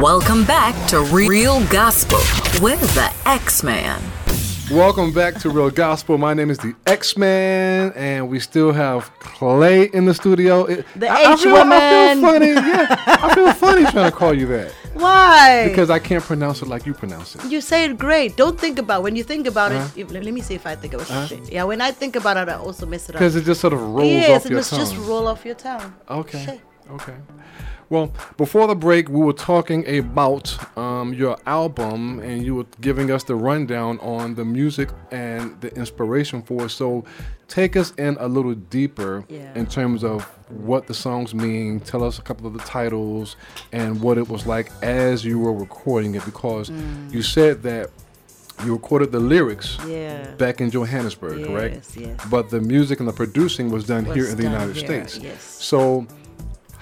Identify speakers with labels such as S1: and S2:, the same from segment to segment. S1: Welcome back to Real Gospel with the X Man.
S2: Welcome back to Real Gospel. My name is the X Man, and we still have Clay in the studio. It-
S3: The
S2: I, I
S3: H
S2: feel, I feel
S3: woman.
S2: funny. Yeah, I feel funny trying to call you that
S3: Why?
S2: because I can't pronounce it like you pronounce it.
S3: you say it great. Don't think about when you think about
S2: Uh-huh.
S3: it. if- Let me see if I think about it. Yeah, when I think about it, I also mess it up.
S2: Because it just sort of rolls
S3: Yes,
S2: off
S3: it
S2: your
S3: must
S2: tongue.
S3: just roll off your tongue.
S2: Okay.
S3: Shit.
S2: Okay. Well, before the break, we were talking about um, your album, and you were giving us the rundown on the music and the inspiration for it. So, take us in a little deeper
S3: Yeah.
S2: in terms of what the songs mean. Tell us a couple of the titles and what it was like as you were recording it, because
S3: Mm.
S2: you said that you recorded the lyrics
S3: Yeah.
S2: back in Johannesburg, correct?
S3: Yes, yes.
S2: But the music and the producing was done
S3: Was
S2: here in the
S3: done
S2: United
S3: here,
S2: States.
S3: yes.
S2: So,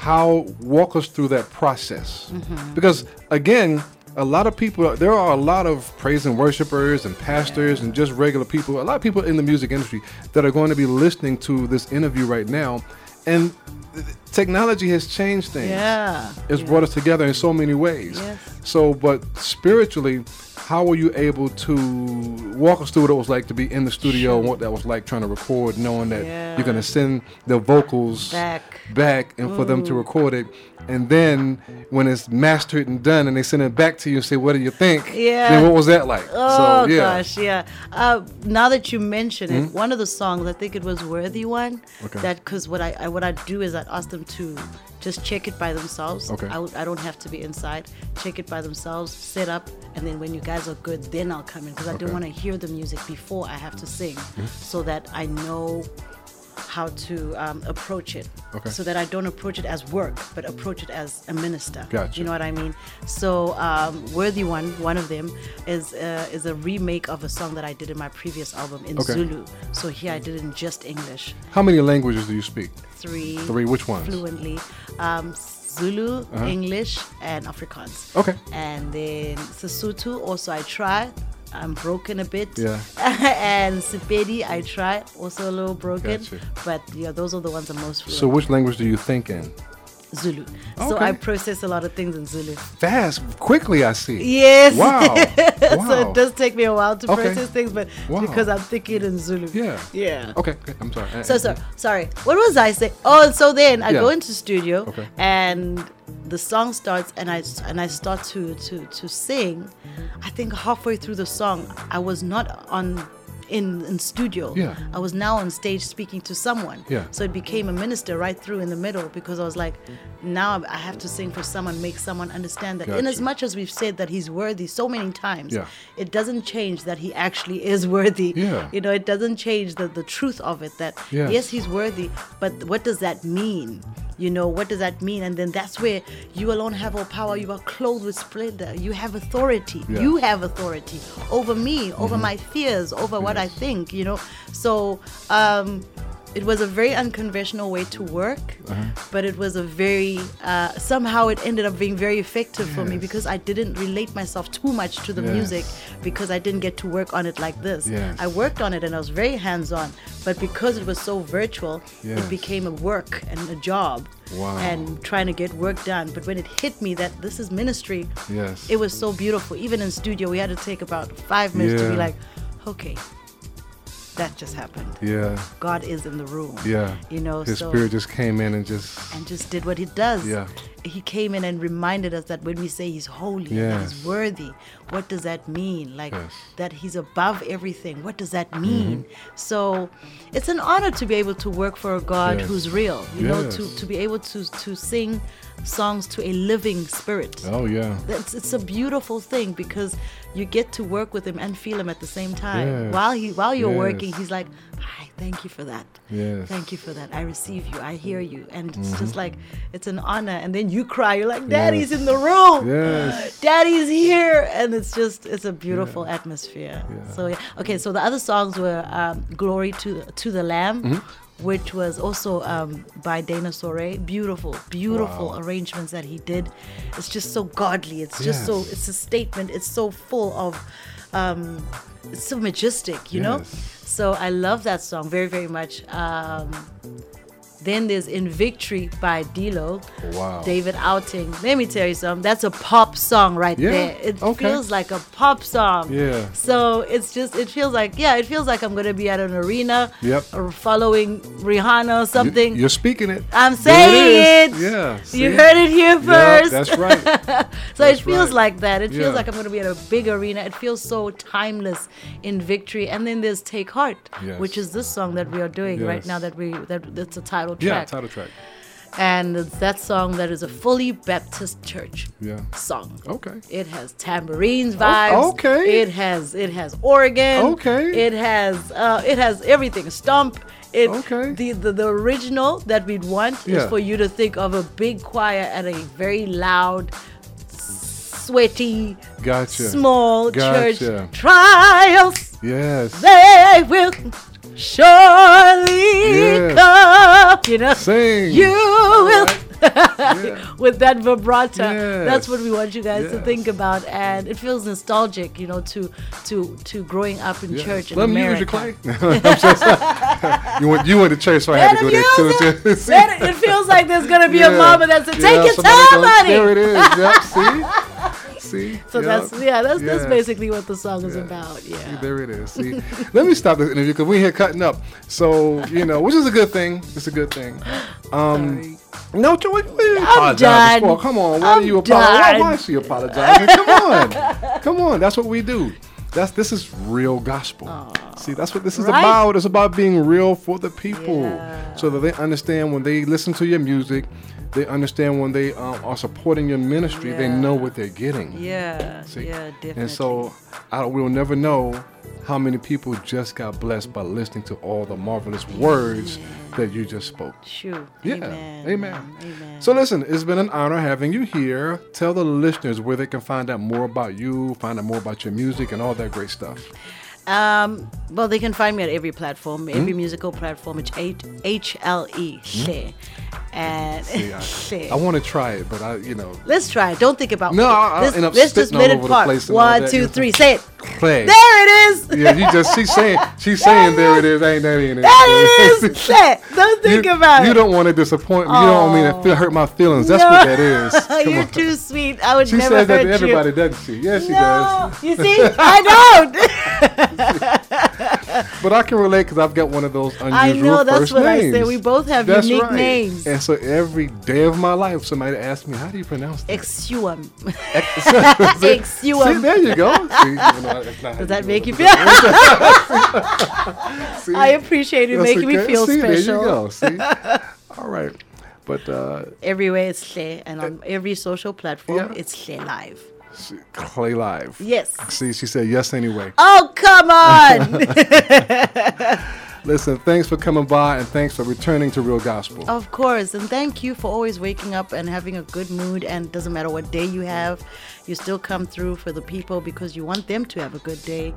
S2: how walk us through that process?
S3: Mm-hmm.
S2: Because again, a lot of people. There are a lot of praise and worshipers and pastors and just regular people. A lot of people in the music industry that are going to be listening to this interview right now, and th- technology has changed things.
S3: Yeah.
S2: It's brought us together in so many ways.
S3: Yes.
S2: So, but spiritually, how were you able to walk us through what it was like to be in the studio and what that was like trying to record, knowing that
S3: Yeah.
S2: you're going to send the vocals
S3: Back.
S2: back and for them to record it. And then when it's mastered and done and they send it back to you and say, What do you think?
S3: Yeah.
S2: Then what was that like?
S3: Oh
S2: so, yeah. Hmm?
S3: gosh, yeah. Uh, now that you mention it, one of the songs I think it was "Worthy" one.
S2: Okay.
S3: That because what I, I what I do is I ask them to just check it by themselves.
S2: Okay.
S3: I, w- I don't have to be inside. Check it by themselves, set up, and then when you guys are good, then I'll come in because I
S2: Okay. Hmm?
S3: don't want to hear the music before I have to sing, so that I know how to um, approach it.
S2: Okay.
S3: So that I don't approach it as work, but approach it as a minister.
S2: Gotcha.
S3: You know what I mean? So, um, Worthy One, one of them, is uh, is a remake of a song that I did in my previous album in
S2: Okay.
S3: Zulu. So here I did it in just English.
S2: How many languages do you speak?
S3: Three.
S2: Three, Uh-huh. which ones?
S3: Fluently. Um, Zulu, English, and Afrikaans.
S2: Okay.
S3: And then Sesotho, also I try. I'm broken a bit.
S2: Yeah.
S3: and Sepedi, I try. Also a little broken.
S2: Gotcha.
S3: But yeah, those are the ones I'm most fluent.
S2: So, which language do you think in?
S3: Zulu. So
S2: Okay.
S3: I process a lot of things in Zulu.
S2: Fast, quickly, I see.
S3: Yes.
S2: Wow.
S3: so
S2: wow.
S3: it does take me a while to
S2: Oh. Okay.
S3: process things, but
S2: Wow.
S3: because I'm thinking in Zulu.
S2: Yeah.
S3: Yeah.
S2: Okay, okay, I'm sorry. I-
S3: So, so sorry. What was I saying? Oh, so then I
S2: Yeah.
S3: go into studio
S2: Okay.
S3: and the song starts, and I and I start to to to sing. I think halfway through the song, I was not on. In, in studio,
S2: Yeah.
S3: I was now on stage speaking to someone.
S2: Yeah.
S3: So it became a minister right through in the middle because I was like, now I have to sing for someone, make someone understand that. In as
S2: Gotcha.
S3: much as we've said that he's worthy so many times,
S2: Yeah.
S3: it doesn't change that he actually is worthy.
S2: Yeah.
S3: You know, it doesn't change the, the truth of it that
S2: Yeah.
S3: yes, he's worthy, but what does that mean? You know, what does that mean? And then that's where you alone have all power. You are clothed with splendor. You have authority.
S2: Yeah. Mm-hmm.
S3: You have authority over me, over my fears, over what I think, you know. So um, it was a very unconventional way to work,
S2: Uh-huh.
S3: but it was a very, uh, somehow it ended up being very effective for me
S2: Yes.
S3: because I didn't relate myself too much to the
S2: Yes.
S3: music because I didn't get to work on it like this.
S2: Yes.
S3: I worked on it and I was very hands on, but because it was so virtual,
S2: Yes.
S3: it became a work and a job
S2: Wow.
S3: and trying to get work done. But when it hit me that this is ministry,
S2: Yes.
S3: it was so beautiful. Even in studio, we had to take about five minutes to be
S2: Yeah.
S3: like, okay, that just happened.
S2: yeah.
S3: God is in the room.
S2: Yeah.
S3: You know,
S2: his
S3: so
S2: spirit just came in and just
S3: and just did what he does.
S2: Yeah.
S3: He came in and reminded us that when we say he's holy, and
S2: Yes.
S3: he's worthy, what does that mean? Like
S2: Yes. Mm-hmm.
S3: that he's above everything. What does that mean? So it's an honor to be able to work for a God
S2: Yes.
S3: who's real, you know,
S2: Yes.
S3: to, to be able to, to sing songs to a living spirit.
S2: oh yeah.
S3: It's, it's a beautiful thing because you get to work with him and feel him at the same time.
S2: Yes.
S3: While he while you're
S2: Yes.
S3: working, he's like, "Hi, thank you for that.
S2: Yes. Mm-hmm.
S3: Thank you for that. I receive you. I hear you." And it's just like it's an honor. And then you cry. You're like, "Daddy's in the room.
S2: Yes.
S3: Daddy's here." And it's just it's a beautiful atmosphere.
S2: Yeah.
S3: So yeah. okay. So the other songs were um, "Glory to to the Lamb."
S2: Mm-hmm.
S3: Which was also um, by Dana Soray. Beautiful, beautiful
S2: Wow.
S3: arrangements that he did. It's just so godly. It's just so
S2: Yes.
S3: it's a statement. It's so full of um it's so majestic, you know?
S2: Yes.
S3: So I love that song very, very much. Um Then there's In Victory by Dilo.
S2: Wow.
S3: David Outing. Let me tell you something. That's a pop song right
S2: Yeah,
S3: there. It
S2: okay.
S3: feels like a pop song.
S2: Yeah.
S3: So it's just it feels like yeah, it feels like I'm gonna be at an arena.
S2: Yep.
S3: Or following Rihanna or something.
S2: You're speaking it.
S3: I'm
S2: There
S3: saying it.
S2: is. Yeah. see?
S3: You heard it here
S2: Yeah,
S3: first.
S2: that's right.
S3: So
S2: That's
S3: it feels
S2: right.
S3: like that. It
S2: Yeah.
S3: feels like I'm going to be at a big arena. It feels so timeless in victory. And then there's Take Heart,
S2: Yes.
S3: which is this song that we are doing
S2: Yes.
S3: right now that we that that's a title
S2: yeah,
S3: track.
S2: title track.
S3: And it's that song that is a fully Baptist church
S2: Yeah.
S3: song.
S2: Okay.
S3: It has tambourines vibes.
S2: okay.
S3: It has it has organ.
S2: Okay.
S3: It has uh, it has everything. Stomp. It,
S2: Okay.
S3: The, the the original that we'd want
S2: Yeah.
S3: is for you to think of a big choir at a very loud, sweaty,
S2: Gotcha.
S3: small
S2: Gotcha.
S3: church. Trials
S2: Yes.
S3: they will surely
S2: Yes.
S3: come. You know.
S2: Sing.
S3: You will
S2: Yeah.
S3: with that vibrato.
S2: Yes.
S3: That's what we want you guys to
S2: Yes.
S3: think about, and it feels nostalgic, you know, to to to growing up in
S2: Yes.
S3: church in
S2: Let me use
S3: America.
S2: your clay. I'm so sorry. you went you went to church, so I had to
S3: Let
S2: go
S3: him
S2: there
S3: use
S2: too.
S3: it. Let it. It feels like there's gonna be a mama that said, "Take
S2: Yeah,
S3: your
S2: somebody
S3: time,
S2: goes,
S3: honey."
S2: There it is. Yep. See. See.
S3: So
S2: Yep.
S3: that's yeah, that's that's
S2: Yeah.
S3: basically what the song is
S2: Yeah.
S3: about.
S2: See,
S3: Yeah.
S2: there it is. See, let me stop this interview because we here cutting up. So you know, which is a good thing. It's a good thing. Um, no, Joy, what are you apologizing
S3: done.
S2: for? Come on, why
S3: I'm
S2: do you apologize? Why,
S3: done.
S2: why is she apologizing? Come on, come on. That's what we do. That's this is real gospel. See, that's what this is
S3: Right?
S2: about. It's about being real for the people,
S3: Yeah.
S2: so that they understand when they listen to your music. They understand when they um, are supporting your ministry. They
S3: Yeah.
S2: know what they're getting.
S3: Yeah.
S2: See?
S3: Yeah. Definitely.
S2: And so I, we'll never know how many people just got blessed by listening to all the marvelous words that you just spoke.
S3: Shoo.
S2: Yeah.
S3: Amen.
S2: Amen.
S3: Amen.
S2: So listen, it's been an honor having you here. Tell the listeners where they can find out more about you, find out more about your music and all that great stuff.
S3: Um, well, they can find me at every platform,
S2: Hmm?
S3: every musical platform. It's H H L E. Hle. And
S2: Yeah.
S3: Hle.
S2: Hmm? I want to try it, but I, you know,
S3: Let's try it. Don't think about
S2: No,
S3: it.
S2: I'll- I'll
S3: let's,
S2: end up
S3: let's just
S2: spitting
S3: let
S2: all
S3: it
S2: over the
S3: park.
S2: place and all
S3: One,
S2: that.
S3: two, three. Say it.
S2: play.
S3: There it is.
S2: Yeah, you just she's saying she's saying there it is. Ain't that ain't it?
S3: There it is. Say it. Don't think
S2: you,
S3: about
S2: you
S3: it. Oh.
S2: don't want to disappoint me. You don't want me to feel, hurt my feelings. That's what that is. Come
S3: You're
S2: on.
S3: too sweet. I would
S2: She
S3: never
S2: says
S3: hurt
S2: that to
S3: you.
S2: everybody, doesn't she? Yes, she
S3: no,
S2: does.
S3: you see, I don't.
S2: But I can relate because I've got one of those unusual
S3: I know that's
S2: first
S3: what I
S2: names.
S3: say. We both have
S2: That's
S3: unique
S2: right.
S3: names.
S2: And so every day of my life, somebody asks me, "How do you pronounce that?"
S3: Exuum.
S2: See,
S3: Exuum.
S2: there you go. See, you know, that's not how
S3: um, Does that
S2: do
S3: make
S2: it,
S3: you feel?
S2: but see,
S3: I appreciate you
S2: that's
S3: making me
S2: okay.
S3: feel
S2: See,
S3: special.
S2: There you go. See, all right. But uh,
S3: Everywhere it's Hle, and on every social platform,
S2: yeah.
S3: it's Hle Live.
S2: see, Clay Live.
S3: Yes.
S2: See, she said yes anyway.
S3: Oh, come on.
S2: Listen, thanks for coming by and thanks for returning to Real Gospel.
S3: of course. And thank you for always waking up and having a good mood. And doesn't matter what day you have, you still come through for the people because you want them to have a good day.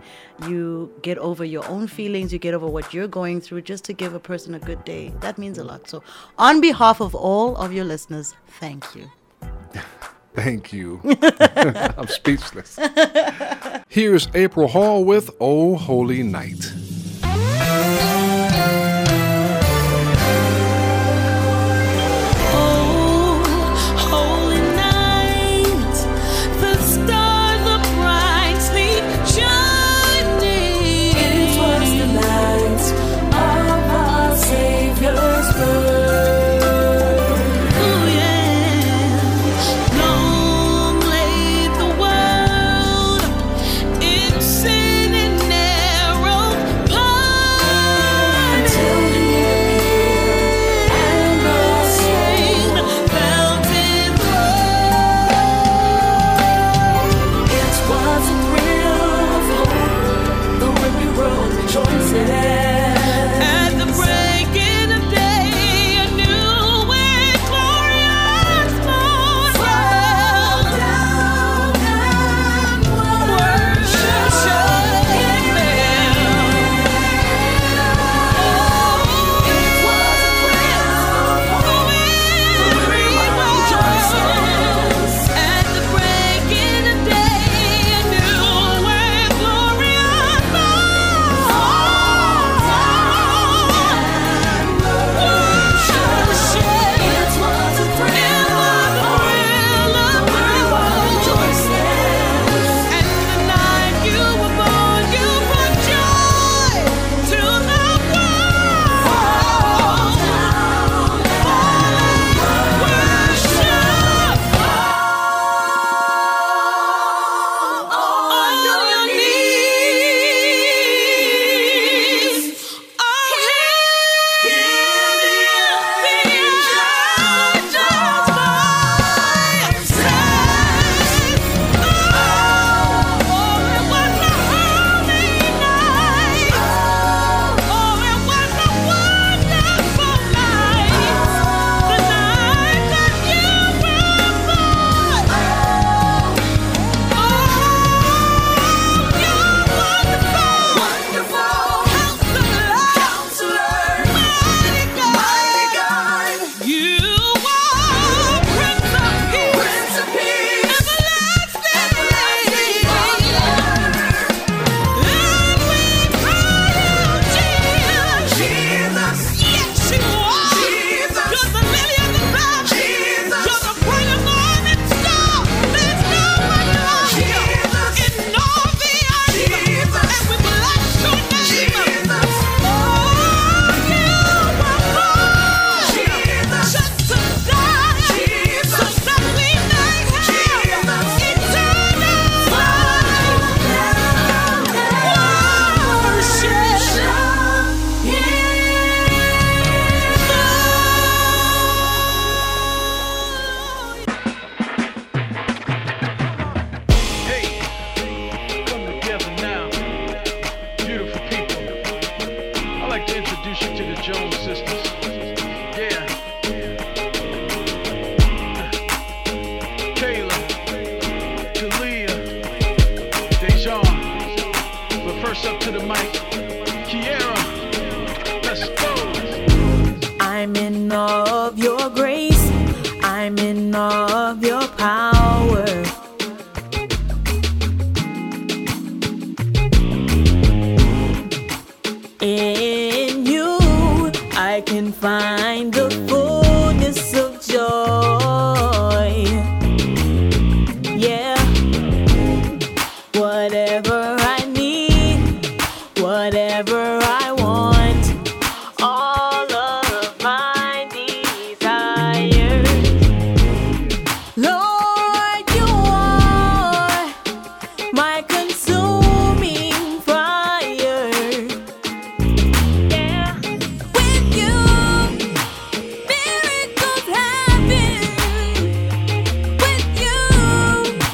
S3: You get over your own feelings, you get over what you're going through just to give a person a good day. That means a lot. So, on behalf of all of your listeners, thank you.
S2: Thank you. I'm speechless. Here's April Hall with Oh Holy Night.
S4: Oh, Oh, Sin and narrow
S5: to the mic. Kiera, let's go.
S4: I'm in awe of your grace. I'm in awe of your power. In you, I can find the fullness of joy. Yeah. Whatever I need, whatever I want all of my desires. Lord, you are my consuming fire. Yeah. With you, miracles happen. With you,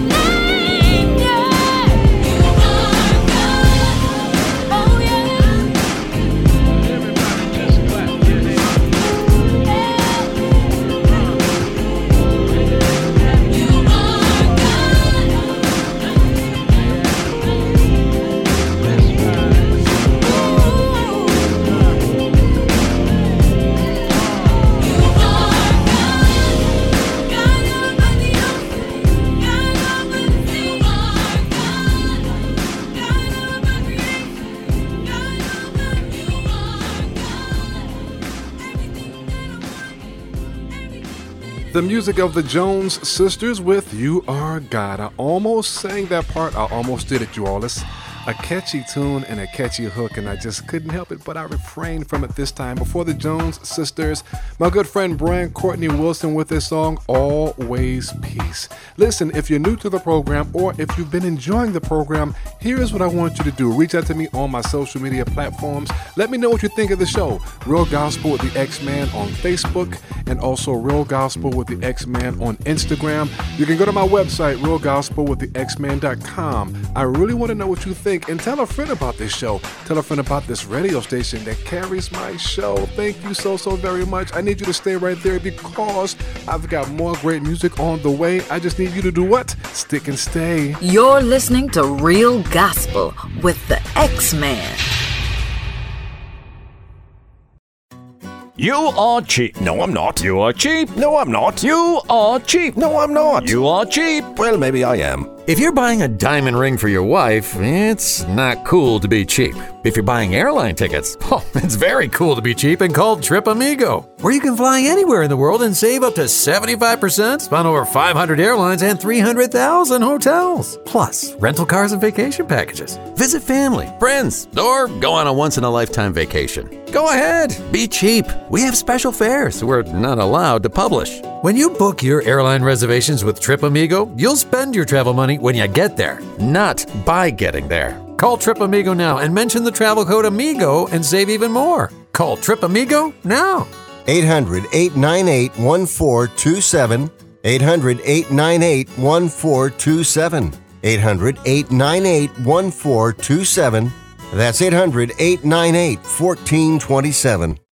S4: Oh,
S2: The music of the Jones Sisters with You Are God. I almost sang that part. I almost did it, you all. It's a catchy tune and a catchy hook, and I just couldn't help it, but I refrained from it this time. Before the Jones Sisters, my good friend Brian Courtney Wilson with his song Always Peace. Listen, if you're new to the program or if you've been enjoying the program, here's what I want you to do. Reach out to me on my social media platforms. Let me know what you think of the show. Real Gospel with the X Man on Facebook and also Real Gospel with the X Man on Instagram. You can go to my website, realgospelwiththexman.com. I really want to know what you think and tell a friend about this show. Tell a friend about this radio station that carries my show. Thank you so, so very much. I need you to stay right there because I've got more great music on the way. I just need you to do what? Stick and stay.
S1: You're listening to Real Gospel with the X Man.
S6: You are cheap. No, I'm not.
S7: You are cheap.
S6: No, I'm not.
S7: You are cheap.
S6: No, I'm not.
S7: You are cheap.
S6: Well, maybe I am.
S7: If you're buying a diamond ring for your wife, it's not cool to be cheap. If you're buying airline tickets, oh, it's very cool to be cheap and called Trip Amigo, where you can fly anywhere in the world and save up to 75% on over 500 airlines and 300,000 hotels, plus rental cars and vacation packages. Visit family, friends, or go on a once in a lifetime vacation. Go ahead, be cheap. We have special fares we're not allowed to publish. When you book your airline reservations with Trip Amigo, you'll spend your travel money when you get there, not by getting there. Call Trip Amigo now and mention the travel code AMIGO and save even more. Call Trip Amigo now.
S8: 800 898 1427. 800 898 1427. 800 898 1427. That's 800 898 1427.